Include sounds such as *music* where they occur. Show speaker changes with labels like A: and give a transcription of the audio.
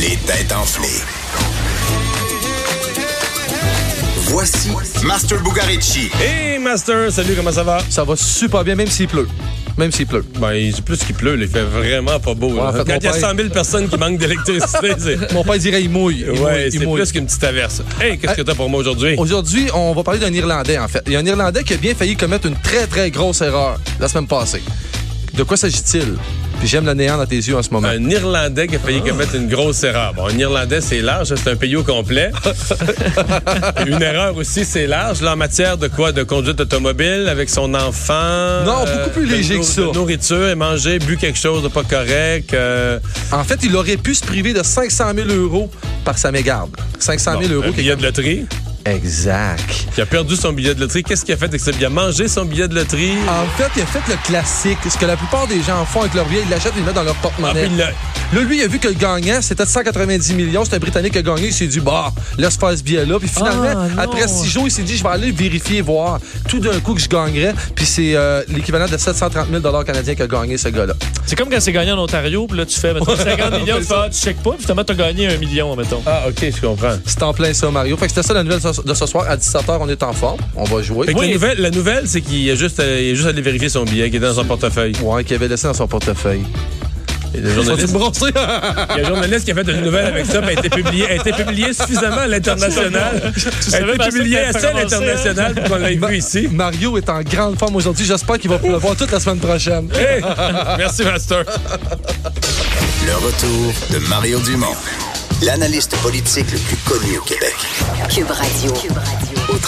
A: Les têtes enflées. Voici Master Bugarici.
B: Hey Master, salut, comment ça va?
C: Ça va super bien, même s'il pleut. Même s'il pleut.
B: Ben, il- c'est plus qu'il pleut, là. il fait vraiment pas beau. là.
C: en fait,
B: Quand
C: mon
B: il y a
C: père-
B: 100 000 personnes qui manquent
C: *laughs*
B: d'électricité, c'est.
C: Mon père dirait il mouille. Il mouille,
B: Ouais,
C: il
B: c'est
C: mouille. Oh.
B: plus qu'une petite averse. Hey, qu'est-ce que t'as pour moi aujourd'hui?
C: Aujourd'hui, on va parler d'un Irlandais, en fait. Il y a un Irlandais qui a bien failli commettre une très, très grosse erreur la semaine passée. De quoi s'agit-il? Puis j'aime le néant dans tes yeux en ce moment.
B: Un Irlandais qui a failli commettre une grosse erreur. Bon, un Irlandais, c'est large, c'est un pays au
C: *laughs*
B: complet. une erreur aussi, c'est large. Là, en matière de quoi? De conduite automobile avec son enfant. euh,
C: Non, beaucoup plus
B: de
C: léger
B: nour-
C: que ça.
B: de nourriture, et manger, bu quelque chose de pas correct. euh,
C: En fait, il aurait pu se priver de 500 000 euros par sa mégarde. 500 000
B: bon, ben
C: euros.
B: un
C: qui-
B: billet de loterie.
C: Exact.
B: Il a perdu son billet de loterie. Qu'est-ce qu'il a fait avec ça? Il a mangé son billet de loterie.
C: En fait, il a fait le classique. Ce que la plupart des gens font avec leur billet, ils l'achètent et ils le mettent dans leur
B: Ah, puis
C: porte-monnaie.
B: il l'a-
C: Là, lui, il a vu que le gagnant, c'était de 190 millions. C'était un Britannique qui a gagné. Il s'est dit, bah, laisse faire ce billet-là. Puis finalement,
B: Ah, non.
C: après six jours, il s'est dit, je vais aller vérifier, voir tout d'un coup que je gagnerais. Puis c'est euh, l'équivalent de 730 000 canadiens qu'a gagné ce gars-là.
D: C'est comme quand c'est gagné en Ontario, puis là, tu fais mettons, 50 millions, tu, fais, ah, tu checkes pas, puis finalement, t'as gagné un million, mettons.
B: Ah, OK, je comprends.
C: C'est en plein ça, Mario. Fait que c'était ça la nouvelle so- de ce soir. À 17h, on est en forme. On va jouer.
B: Fait que
D: Oui.
B: la nouvelle, la nouvelle c'est qu'il est juste, euh, il est juste allé vérifier son billet qui est dans son portefeuille.
C: Ouais, qu'il avait laissé dans son portefeuille.
B: Et le
C: Sont-ils
B: journaliste,
C: brossés?
B: il y a un journaliste qui a fait une nouvelle avec ça, puis elle a été publiée, elle a été publiée suffisamment à l'international. Elle a
D: savais
B: été
D: pas ça
B: publiée
D: que t'as
B: assez à
D: commencé,
B: l'international pour qu'on l'ait vu ici.
C: *laughs* Mario est en grande forme aujourd'hui. J'espère qu'il va le voir toute la semaine prochaine.
B: Hey! Merci, Master.
A: Le retour de Mario Dumont, l'analyste politique le plus connu au Québec.
E: Cube Radio. Cube Radio.